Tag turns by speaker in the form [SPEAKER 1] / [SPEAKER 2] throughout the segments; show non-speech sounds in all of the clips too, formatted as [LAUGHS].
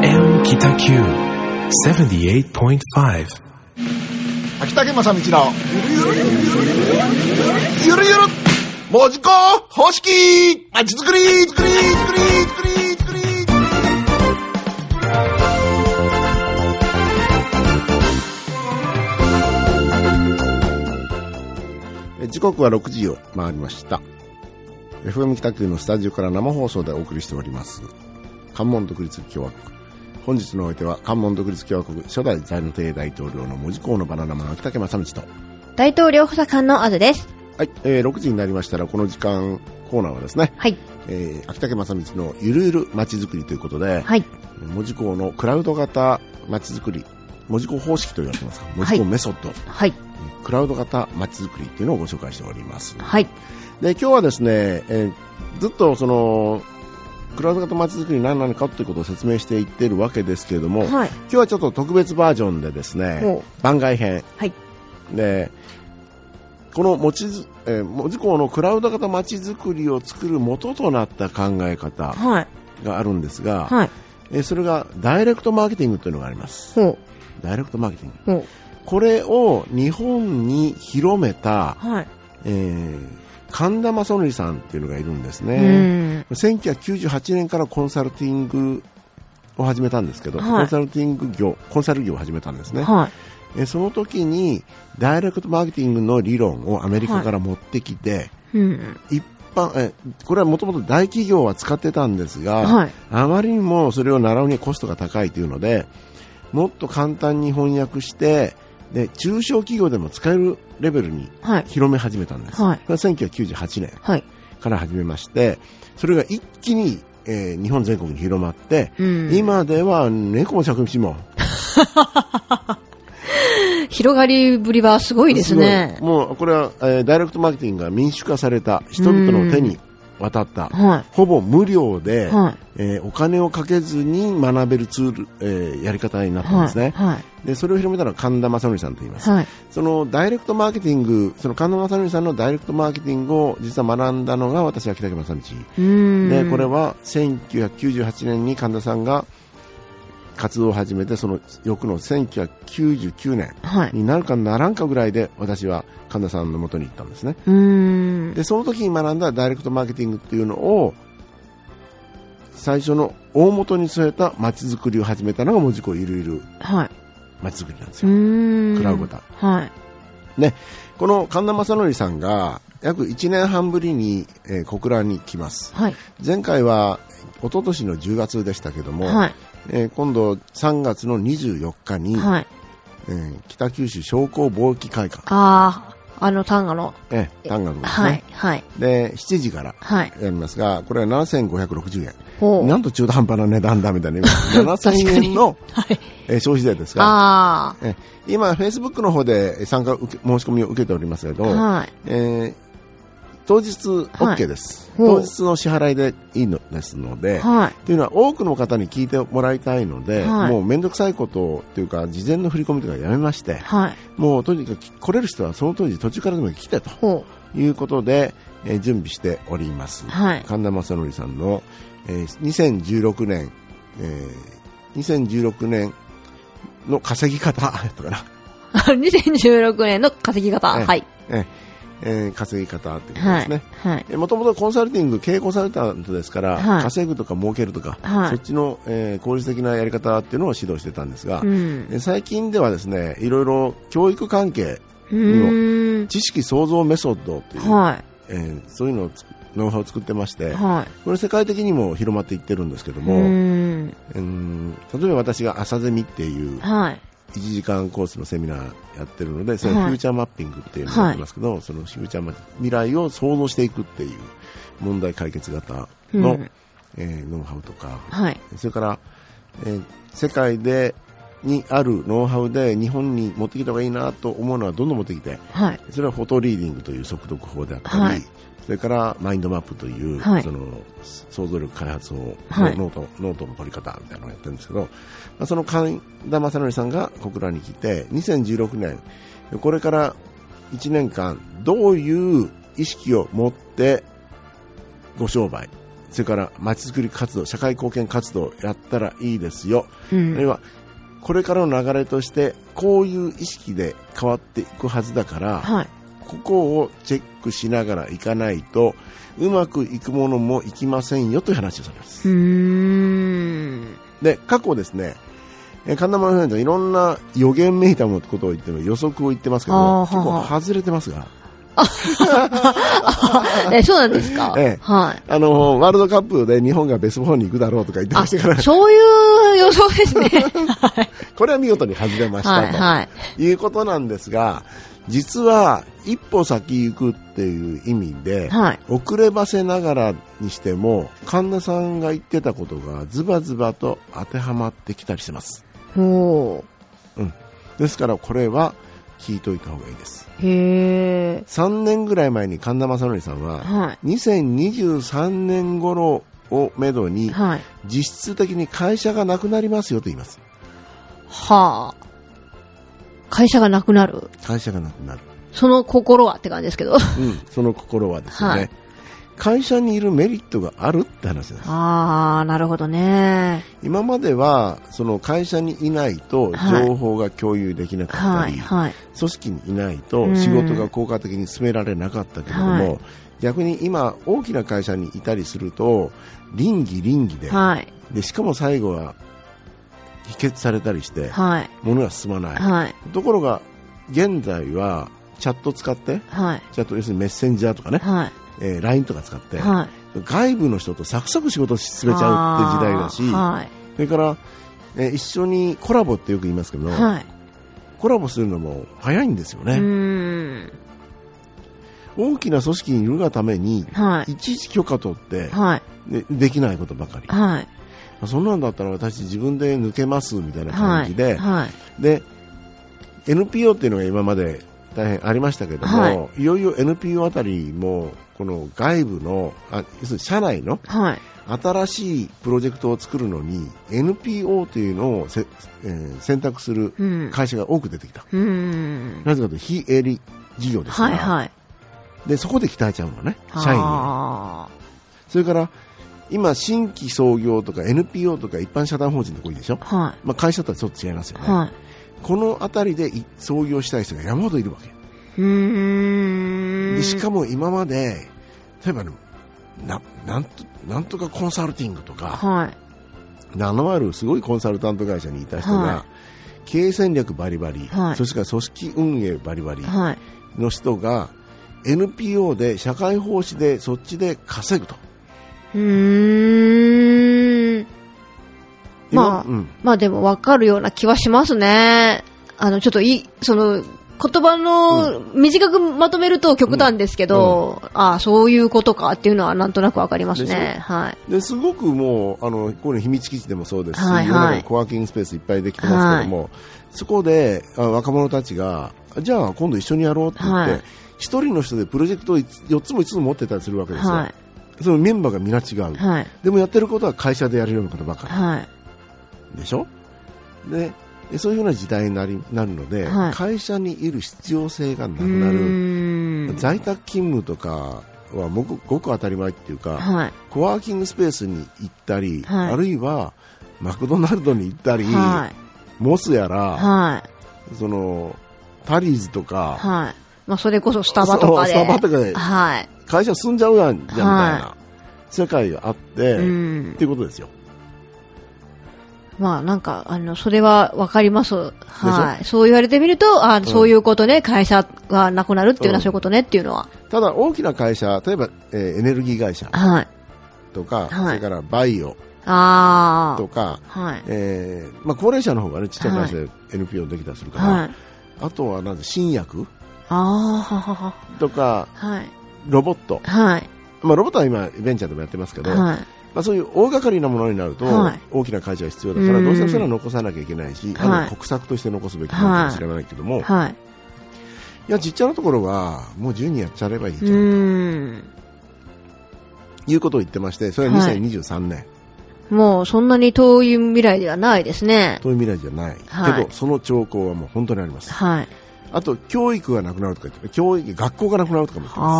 [SPEAKER 1] 北九78.5
[SPEAKER 2] 滝竹正道のゆるゆるゆるゆるゆるゆるゆるゆる文字工方式まちづくり作り作り作り作り作り
[SPEAKER 3] え時刻は6時を回りました FM 北九のスタジオから生放送でお送りしております関門独立共和国本日のお相手は関門独立共和国初代在の帝大統領の文字工のバナナマン秋竹正道と
[SPEAKER 4] 大統領補佐官のあずです。
[SPEAKER 3] はい、えー6時になりましたらこの時間コーナーはですね、
[SPEAKER 4] はい。
[SPEAKER 3] えー秋竹正道のゆるゆるまちづくりということで、
[SPEAKER 4] はい。
[SPEAKER 3] 文字工のクラウド型まちづくり文字工方式と言われてますから文字工メソッド、
[SPEAKER 4] はい。
[SPEAKER 3] クラウド型まちづくりっていうのをご紹介しております
[SPEAKER 4] はい。
[SPEAKER 3] で今日はですね、えーずっとそのクラウド型まちづくり何なのかということを説明していってるわけですけれども、今
[SPEAKER 4] はい。
[SPEAKER 3] 日はちょっと特別バージョンでですね
[SPEAKER 4] お
[SPEAKER 3] 番外編、
[SPEAKER 4] はい
[SPEAKER 3] でこの持ちづ、えー、文字工のクラウド型まちづくりを作る元となった考え方
[SPEAKER 4] はい。
[SPEAKER 3] があるんですが、
[SPEAKER 4] はい。
[SPEAKER 3] えーそれがダイレクトマーケティングというのがあります
[SPEAKER 4] ほ
[SPEAKER 3] ダイレクトマーケティング
[SPEAKER 4] う。ほ
[SPEAKER 3] これを日本に広めた、
[SPEAKER 4] う。はい。
[SPEAKER 3] えー神田正則さんっていうのがいるんです
[SPEAKER 4] う
[SPEAKER 3] ね、
[SPEAKER 4] ーん。
[SPEAKER 3] 1998年からコンサルティングを始めたんですけど、
[SPEAKER 4] はい
[SPEAKER 3] コンサルティング業、コンサル業を始めたんですね。
[SPEAKER 4] はい。
[SPEAKER 3] えその時に、ダイレクトマーケティングの理論をアメリカから持ってきて、
[SPEAKER 4] うん。
[SPEAKER 3] 一般え、これはもともと大企業は使ってたんですが、
[SPEAKER 4] はい。
[SPEAKER 3] あまりにもそれを習うにはコストが高いというので、もっと簡単に翻訳して、で、中小企業でも使えるレベルに
[SPEAKER 4] はい。
[SPEAKER 3] 広め始めたんです。
[SPEAKER 4] はい
[SPEAKER 3] これは1998年。
[SPEAKER 4] はい。
[SPEAKER 3] から始めまして、それが一気に、えー日本全国に広まって、
[SPEAKER 4] うん。、
[SPEAKER 3] 今では猫も着地も。
[SPEAKER 4] 広がりぶりはすごいですね
[SPEAKER 3] すご。いもうこれは、えーダイレクトマーケティングが民主化された、人々の手に渡った、
[SPEAKER 4] は
[SPEAKER 3] ほぼ無料
[SPEAKER 4] い。
[SPEAKER 3] で、
[SPEAKER 4] は。
[SPEAKER 3] えーお金をかけずに学べるツール、えーやり方にないったんです
[SPEAKER 4] は
[SPEAKER 3] ね。
[SPEAKER 4] い。はい。
[SPEAKER 3] で、それを広めたのは神田正則さんと言います。
[SPEAKER 4] はい。
[SPEAKER 3] そのダイレクトマーケティング、その神田正則さんのダイレクトマーケティングを実は学んだのが私は北竹正道。
[SPEAKER 4] うーん。
[SPEAKER 3] でこれは1998年に神田さんが活動を始めてその翌の1999年
[SPEAKER 4] はい。
[SPEAKER 3] になるかならんかぐらいで私は神田さんの元に行ったんですね
[SPEAKER 4] うーん。
[SPEAKER 3] でその時に学んだダイレクトマーケティングっていうのを最初の大元に据えたまちづくりを始めたのが文字工ゆるゆる
[SPEAKER 4] はい。
[SPEAKER 3] まちづくりなんです
[SPEAKER 4] う
[SPEAKER 3] よ、
[SPEAKER 4] ーん。
[SPEAKER 3] クラウドだ
[SPEAKER 4] はい。
[SPEAKER 3] この神田正則さんが約1年半ぶりに、えー小倉に来ます
[SPEAKER 4] はい。
[SPEAKER 3] 前回は一昨年の10月でしたけども、
[SPEAKER 4] はい。
[SPEAKER 3] えー今度3月の24日に、
[SPEAKER 4] はい。
[SPEAKER 3] えー北九州商工貿易会館、
[SPEAKER 4] ああ、あの、単価の。
[SPEAKER 3] えー、単価のですね、
[SPEAKER 4] はい。はい。
[SPEAKER 3] で7時から
[SPEAKER 4] はい。
[SPEAKER 3] やりますがこれは7560円
[SPEAKER 4] ほう。
[SPEAKER 3] なんと中途半端な値段だみたいな今7000円
[SPEAKER 4] [LAUGHS]
[SPEAKER 3] の、
[SPEAKER 4] はい。
[SPEAKER 3] えー消費税ですが
[SPEAKER 4] あ
[SPEAKER 3] 今フェイスブックの方で参加受け申し込みを受けておりますけど、
[SPEAKER 4] あ。はい。
[SPEAKER 3] えー当日
[SPEAKER 4] はい
[SPEAKER 3] OK です、
[SPEAKER 4] ほ
[SPEAKER 3] 当
[SPEAKER 4] う
[SPEAKER 3] 日の支払いでいいのですので、
[SPEAKER 4] はい。
[SPEAKER 3] というのは多くの方に聞いてもらいたいので、
[SPEAKER 4] はい
[SPEAKER 3] もう面倒くさいことというか事前の振り込みとかやめまして、
[SPEAKER 4] はい。
[SPEAKER 3] もうとにかく来れる人はその当時途中からでも来てと
[SPEAKER 4] ほ
[SPEAKER 3] いうことで、えー準備しております
[SPEAKER 4] う。 [LAUGHS] はい。
[SPEAKER 3] 神田正則さんの、えー2016年、えー2016年の稼ぎ方 [LAUGHS] やったかな、
[SPEAKER 4] 2016年の稼ぎ方。
[SPEAKER 3] ええ
[SPEAKER 4] はい。
[SPEAKER 3] えー稼ぎ方ってこと
[SPEAKER 4] は
[SPEAKER 3] です
[SPEAKER 4] い
[SPEAKER 3] ね。。
[SPEAKER 4] はい。
[SPEAKER 3] もともとコンサルティング、経営コンサルタントですから、
[SPEAKER 4] はい
[SPEAKER 3] 稼ぐとか儲けるとか、
[SPEAKER 4] はい
[SPEAKER 3] そっちの、えー効率的なやり方っていうのを指導してたんですが、
[SPEAKER 4] うん。
[SPEAKER 3] で最近ではですね、いろいろ教育関係、
[SPEAKER 4] うーん。
[SPEAKER 3] 知識創造メソッドっていう、
[SPEAKER 4] は
[SPEAKER 3] えーそういうのをつくノウハウを作ってまして
[SPEAKER 4] い。、はい。
[SPEAKER 3] これ世界的にも広まっていってるんですけど
[SPEAKER 4] う
[SPEAKER 3] も、
[SPEAKER 4] ーん。
[SPEAKER 3] うん例えば私が朝ゼミっていう
[SPEAKER 4] はい。
[SPEAKER 3] 1時間コースのセミナーやってるので、そ
[SPEAKER 4] は
[SPEAKER 3] の
[SPEAKER 4] い
[SPEAKER 3] フューチャーマッピングっていうのをやってますけど、そのフューチャーマッピング、未来を想像していくっていう問題解決型の、
[SPEAKER 4] うん
[SPEAKER 3] えーノウハウとか、
[SPEAKER 4] はい。
[SPEAKER 3] それから、えー世界で、にあるノウハウで日本に持ってきた方がいいなと思うのはどんどん持ってきて、
[SPEAKER 4] はい。
[SPEAKER 3] それはフォトリーディングという速読法であったり、
[SPEAKER 4] はい
[SPEAKER 3] それからマインドマップという、
[SPEAKER 4] はい
[SPEAKER 3] その想像力開発法、
[SPEAKER 4] はい
[SPEAKER 3] ノートノートの取り方みたいなのをやってるんですけど、まあ、その神田正則さんが小倉に来て2016年これから1年間どういう意識を持ってご商売それからまちづくり活動社会貢献活動やったらいいですよ、
[SPEAKER 4] う
[SPEAKER 3] あるい
[SPEAKER 4] ん。
[SPEAKER 3] はこれからの流れとしてこういう意識で変わっていくはずだから、
[SPEAKER 4] はい。
[SPEAKER 3] ここをチェックしながらいかないとうまくいくものもいきませんよという話をされます、
[SPEAKER 4] うー
[SPEAKER 3] [LAUGHS]
[SPEAKER 4] ん。
[SPEAKER 3] で過去ですねえー神田丸さんはいろんな予言めいたものってことを言ってる予測を言ってますけど
[SPEAKER 4] あー
[SPEAKER 3] も結
[SPEAKER 4] は
[SPEAKER 3] 構
[SPEAKER 4] んは
[SPEAKER 3] 外れてますが
[SPEAKER 4] え、そうなんですか
[SPEAKER 3] ええ
[SPEAKER 4] はい。
[SPEAKER 3] あのーワールドカップで日本がベスト4に行くだろうとか言ってま [LAUGHS]
[SPEAKER 4] あ、
[SPEAKER 3] したから
[SPEAKER 4] そういう予想です
[SPEAKER 3] [LAUGHS]
[SPEAKER 4] ね。
[SPEAKER 3] これは見事に外れましたと、
[SPEAKER 4] はい、はい。
[SPEAKER 3] いうことなんですが、実は一歩先行くっていう意味で、
[SPEAKER 4] はい。
[SPEAKER 3] 遅ればせながらにしても、神田さんが言ってたことがズバズバと当てはまってきたりしてます。
[SPEAKER 4] ほ
[SPEAKER 3] ですからこれは聞いといた方がいいです。
[SPEAKER 4] う。へえ。
[SPEAKER 3] 3年ぐらい前に神田正則さんは、
[SPEAKER 4] は
[SPEAKER 3] 2023年頃をめど
[SPEAKER 4] い。
[SPEAKER 3] に、
[SPEAKER 4] はい。
[SPEAKER 3] 実質的に会社がなくなりますよと言います。
[SPEAKER 4] はあ。会社がなくなる。
[SPEAKER 3] 会社がなくなる。
[SPEAKER 4] その心はって感じですけど。あ
[SPEAKER 3] うん、その心はですね、
[SPEAKER 4] はい
[SPEAKER 3] 会社にいるメリットがあるって話です。
[SPEAKER 4] あー、なるほどね。
[SPEAKER 3] 今まではその会社にいないと
[SPEAKER 4] はい
[SPEAKER 3] 情報が共有できなかった
[SPEAKER 4] はい、
[SPEAKER 3] り、
[SPEAKER 4] はい。
[SPEAKER 3] 組織にいないうと
[SPEAKER 4] ん
[SPEAKER 3] 仕事が効果的に進められなかったけれども、
[SPEAKER 4] はい
[SPEAKER 3] 逆に今大きな会社にいたりすると倫理倫理で,、
[SPEAKER 4] はい。
[SPEAKER 3] でしかも最後は否決されたりして
[SPEAKER 4] はい。
[SPEAKER 3] 物が進まない、
[SPEAKER 4] はい。
[SPEAKER 3] ところが現在はチャット使って
[SPEAKER 4] はい。
[SPEAKER 3] チャット要するにメッセンジャーとかね、
[SPEAKER 4] はい。
[SPEAKER 3] えー LINE とか使って、
[SPEAKER 4] はい。
[SPEAKER 3] 外部の人とサクサク仕事を進めちゃうって時代だし、
[SPEAKER 4] は
[SPEAKER 3] それから、えー一緒にコラボってよく言いますけど、
[SPEAKER 4] い。はい。
[SPEAKER 3] コラボするのも早いんですよ
[SPEAKER 4] う
[SPEAKER 3] ね、
[SPEAKER 4] ーん。
[SPEAKER 3] 大きな組織にいるがために、
[SPEAKER 4] はい。
[SPEAKER 3] いちいち許可取って、
[SPEAKER 4] はい。
[SPEAKER 3] でできないことばかり、
[SPEAKER 4] はい。
[SPEAKER 3] そんなんだったら私自分で抜けますみたいな
[SPEAKER 4] は
[SPEAKER 3] 感
[SPEAKER 4] い。
[SPEAKER 3] じで、
[SPEAKER 4] はい。
[SPEAKER 3] で NPO っていうのが今まで大変ありましたけども、、
[SPEAKER 4] はい
[SPEAKER 3] よいよ NPO あたりもこの外部のあ要するに社内の
[SPEAKER 4] はい。
[SPEAKER 3] 新しいプロジェクトを作るのに NPO というのをせ、えー選択する
[SPEAKER 4] うん。
[SPEAKER 3] 会社が多く出てきた、
[SPEAKER 4] うーん。
[SPEAKER 3] なぜかというと非営利事業ですか
[SPEAKER 4] は
[SPEAKER 3] ら、
[SPEAKER 4] いはい。
[SPEAKER 3] でそこで鍛えちゃうのね社員に
[SPEAKER 4] あ
[SPEAKER 3] それから今新規創業とか NPO とか一般社団法人とか多いでしょ、
[SPEAKER 4] ーはい。
[SPEAKER 3] まあ、会社とはちょっと違いますよね、
[SPEAKER 4] は
[SPEAKER 3] この辺りでい創業したい人が山ほどいるわけ
[SPEAKER 4] い。うー
[SPEAKER 3] で
[SPEAKER 4] ん。
[SPEAKER 3] しかも今まで例えばねななんとなんとかコンサルティングとか、
[SPEAKER 4] はい。
[SPEAKER 3] 名のあるすごいコンサルタント会社にいた人が、
[SPEAKER 4] は
[SPEAKER 3] 経営戦略バリバリ、
[SPEAKER 4] はい
[SPEAKER 3] そして組織運営バリバリ
[SPEAKER 4] はい。
[SPEAKER 3] の人が NPO で社会奉仕でそっちで稼ぐと、
[SPEAKER 4] うーん。ま
[SPEAKER 3] 今
[SPEAKER 4] あ
[SPEAKER 3] うん
[SPEAKER 4] まあでもわかるような気はしますね。あの、ちょっといい、その、言葉の、短くまとめると極端ですけど、ああ、そういうことかっていうのはなんとなくわかります
[SPEAKER 3] で
[SPEAKER 4] ね。はい。
[SPEAKER 3] ですごくもうあのこういうの秘密基地でもそうですし、
[SPEAKER 4] はいはい
[SPEAKER 3] 世の中にコワーキングスペースいっぱいできてますけども、そこであ若者たちがじゃあ今度一緒にやろうって言っ
[SPEAKER 4] はい
[SPEAKER 3] て一、人の人でプロジェクトを4つも5つも持ってたりするわけですよ、
[SPEAKER 4] は
[SPEAKER 3] そのメンバーが皆違う、
[SPEAKER 4] い。はい。
[SPEAKER 3] でもやってることは会社でやるようなことばかり、
[SPEAKER 4] はい。
[SPEAKER 3] でしょででそういうような時代になりなるので、
[SPEAKER 4] はい
[SPEAKER 3] 会社にいる必要性がな
[SPEAKER 4] う
[SPEAKER 3] くなる
[SPEAKER 4] ーん。
[SPEAKER 3] 在宅勤務とかはもうごごく当たり前っていうか、
[SPEAKER 4] はい。
[SPEAKER 3] コワーキングスペースに行ったり、
[SPEAKER 4] はい
[SPEAKER 3] あるいはマクドナルドに行ったり、
[SPEAKER 4] はい。
[SPEAKER 3] モスやら、
[SPEAKER 4] はい。
[SPEAKER 3] そのタリーズとか、
[SPEAKER 4] はい。まあ、それこそスタバとかで。
[SPEAKER 3] そうスタバとかで
[SPEAKER 4] はい。
[SPEAKER 3] 会社住んじゃうやんじゃんみたいな、
[SPEAKER 4] は
[SPEAKER 3] 世界があって、
[SPEAKER 4] う
[SPEAKER 3] っ
[SPEAKER 4] ん。
[SPEAKER 3] ていうことですよ。
[SPEAKER 4] まあ、なんか、あの、それはわかります。はい。そう言われてみると、ああ、そういうことね、会社がなくなるっていうのはそういうことねっていうのは。
[SPEAKER 3] ただ大きな会社、例えば、えーエネルギー会社
[SPEAKER 4] はい。
[SPEAKER 3] とか、
[SPEAKER 4] はい
[SPEAKER 3] それからバイオ
[SPEAKER 4] ああ
[SPEAKER 3] と。か、
[SPEAKER 4] はい。
[SPEAKER 3] えーまあ、高齢者の方がね、ちっちゃい会社で NPO できたりするから、
[SPEAKER 4] はい。
[SPEAKER 3] あとはなんで新薬
[SPEAKER 4] ああ、ははは。
[SPEAKER 3] とか、
[SPEAKER 4] はい。
[SPEAKER 3] ロボット、
[SPEAKER 4] はい。
[SPEAKER 3] まあ、ロボットは今、ベンチャーでもやってますけど、
[SPEAKER 4] はい。
[SPEAKER 3] まあ、そういう大掛かりなものになると、
[SPEAKER 4] はい
[SPEAKER 3] 大きな会社が必要だか
[SPEAKER 4] う
[SPEAKER 3] ら、
[SPEAKER 4] ん
[SPEAKER 3] どうせそれは残さなきゃいけないし、
[SPEAKER 4] はい
[SPEAKER 3] あの国策として残すべきなのかもしれないけども、い、
[SPEAKER 4] はい。
[SPEAKER 3] や、ちっちゃなところは、もう自由にやっちゃえばいいうじゃん、
[SPEAKER 4] ーん。
[SPEAKER 3] いうことを言ってまして、それは
[SPEAKER 4] はい
[SPEAKER 3] 2023年、
[SPEAKER 4] もうそんなに遠い未来ではないですね。
[SPEAKER 3] という未来じゃない、
[SPEAKER 4] はい
[SPEAKER 3] けど、その兆候はもう本当にあります。
[SPEAKER 4] はい。
[SPEAKER 3] あと、教育がなくなるとか言って、教育、学校がなくなるとかも言ってます。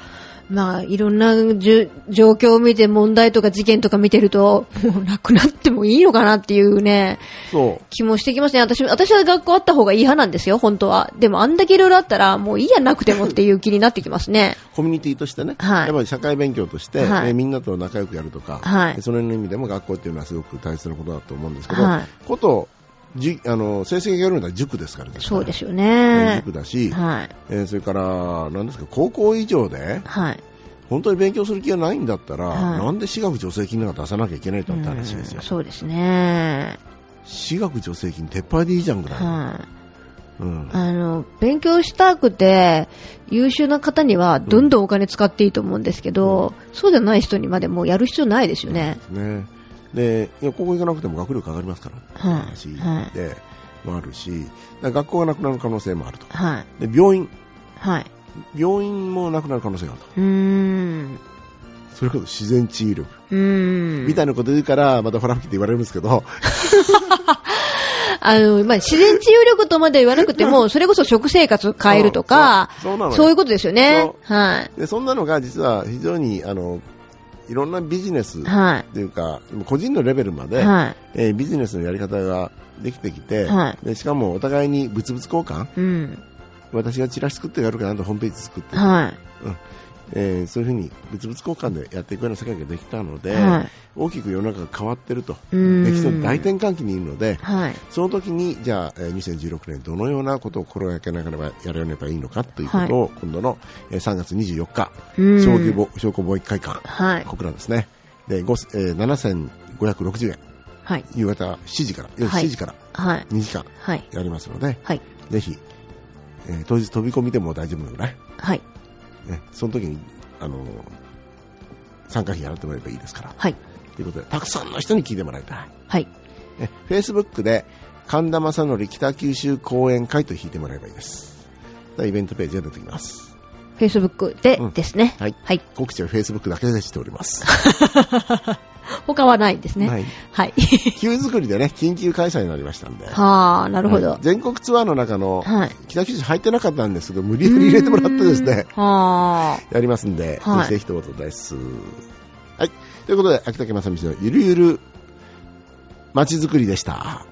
[SPEAKER 4] ああ。まあ、いろんなじゅ状況を見て、問題とか事件とか見てると、もうなくなってもいいのかなっていうね、
[SPEAKER 3] そう。
[SPEAKER 4] 気もしてきますね。私、私は学校あった方がいい派なんですよ、本当は。でも、あんだけいろいろあったら、もういいやなくてもっていう気になってきますね。
[SPEAKER 3] コミュニティとしてね、
[SPEAKER 4] はい
[SPEAKER 3] やっぱり社会勉強として、
[SPEAKER 4] はい
[SPEAKER 3] えーみんなと仲良くやるとか、
[SPEAKER 4] はい
[SPEAKER 3] でその辺の意味でも学校っていうのはすごく大切なことだと思うんですけど、
[SPEAKER 4] はい
[SPEAKER 3] ことじあの成績がよるのは塾ですからね。
[SPEAKER 4] そうですよ
[SPEAKER 3] ね
[SPEAKER 4] ね
[SPEAKER 3] 塾。だし、
[SPEAKER 4] はい。
[SPEAKER 3] えーそれから、なんですか、高校以上で、
[SPEAKER 4] はい。
[SPEAKER 3] 本当に勉強する気がないんだったら、
[SPEAKER 4] はい
[SPEAKER 3] なんで私学助成金なんか出さなきゃいけないんだって話ですよ
[SPEAKER 4] うん。そうですね。
[SPEAKER 3] 私学助成金撤廃でいいじゃんぐらい。
[SPEAKER 4] はい。
[SPEAKER 3] うん。
[SPEAKER 4] あの、勉強したくて、優秀な方にはどんどんお金使っていいと思うんですけど、そうじゃない人にまでもうやる必要ないですよね。
[SPEAKER 3] ね。で、いや、高校行かなくても学力上がりますから、
[SPEAKER 4] はい
[SPEAKER 3] って話で、もあるし、だから学校がなくなる可能性もあると。
[SPEAKER 4] はい。
[SPEAKER 3] で、病院。
[SPEAKER 4] はい。
[SPEAKER 3] 病院もなくなる可能性があると。
[SPEAKER 4] うーん。
[SPEAKER 3] それこそ自然治癒力。
[SPEAKER 4] うーん。
[SPEAKER 3] みたいなこと言うから、またほら吹きって言われるんですけど、
[SPEAKER 4] あの、まあ、自然治癒力とまで言わなくても、それこそ食生活を変えるとか、
[SPEAKER 3] そうなのよ
[SPEAKER 4] そういうことですよね。はい。
[SPEAKER 3] でそんなのが実は非常にあのいろんなビジネス
[SPEAKER 4] は
[SPEAKER 3] というか個人のレベルま
[SPEAKER 4] い。
[SPEAKER 3] で、
[SPEAKER 4] は
[SPEAKER 3] えービジネスのやり方ができてきて、
[SPEAKER 4] は
[SPEAKER 3] でしかもお互いに物々交換
[SPEAKER 4] い。うん。
[SPEAKER 3] 私がチラシ作ってやるからあんたホームページ作って、
[SPEAKER 4] は
[SPEAKER 3] えーそういうふうに物々交換でやっていくような世界ができたの
[SPEAKER 4] い。
[SPEAKER 3] で、
[SPEAKER 4] はい。
[SPEAKER 3] 大きく世の中が変わってると
[SPEAKER 4] うん
[SPEAKER 3] 歴史の大転換期にいるので
[SPEAKER 4] はい。
[SPEAKER 3] その時にじゃあ、えー2016年どのようなことを心がけながらばやられればいいのかということを、今度の、えー3月24日
[SPEAKER 4] うん
[SPEAKER 3] 商工貿商工貿易会館
[SPEAKER 4] はい。
[SPEAKER 3] 小倉ですね。で、ごえー、7560円、
[SPEAKER 4] はい。
[SPEAKER 3] 夕方7時から、夜
[SPEAKER 4] はい
[SPEAKER 3] 7時から
[SPEAKER 4] はい。
[SPEAKER 3] 2時間
[SPEAKER 4] はい。
[SPEAKER 3] やりますので、
[SPEAKER 4] はい。
[SPEAKER 3] ぜひ、えー当日飛び込みでも大丈夫なぐらい、
[SPEAKER 4] はい。
[SPEAKER 3] ね、その時に、あのー参加費払ってもらえばいいですから、
[SPEAKER 4] はい。
[SPEAKER 3] ということで、たくさんの人に聞いてもらいたい。
[SPEAKER 4] はい。
[SPEAKER 3] ね、Facebook で、神田正則北九州講演会と引いてもらえばいいです。でイベントページが出てきます。
[SPEAKER 4] Facebook でですね。
[SPEAKER 3] はい
[SPEAKER 4] はい。
[SPEAKER 3] 告知は Facebook だけでしております。
[SPEAKER 4] 他はないんですね。
[SPEAKER 3] はい。
[SPEAKER 4] はい。
[SPEAKER 3] [LAUGHS] 急作りでね、緊急開催になりましたんで。
[SPEAKER 4] はあ、なるほど。
[SPEAKER 3] 全国ツアーの中の
[SPEAKER 4] はい
[SPEAKER 3] 北九州入ってなかったんですけど、無理やり入れてもらってですね、
[SPEAKER 4] はあ。
[SPEAKER 3] やりますんで、
[SPEAKER 4] はい
[SPEAKER 3] ぜひぜひ一言です。はい。ということで、秋竹正道のゆるゆる街づくりでした。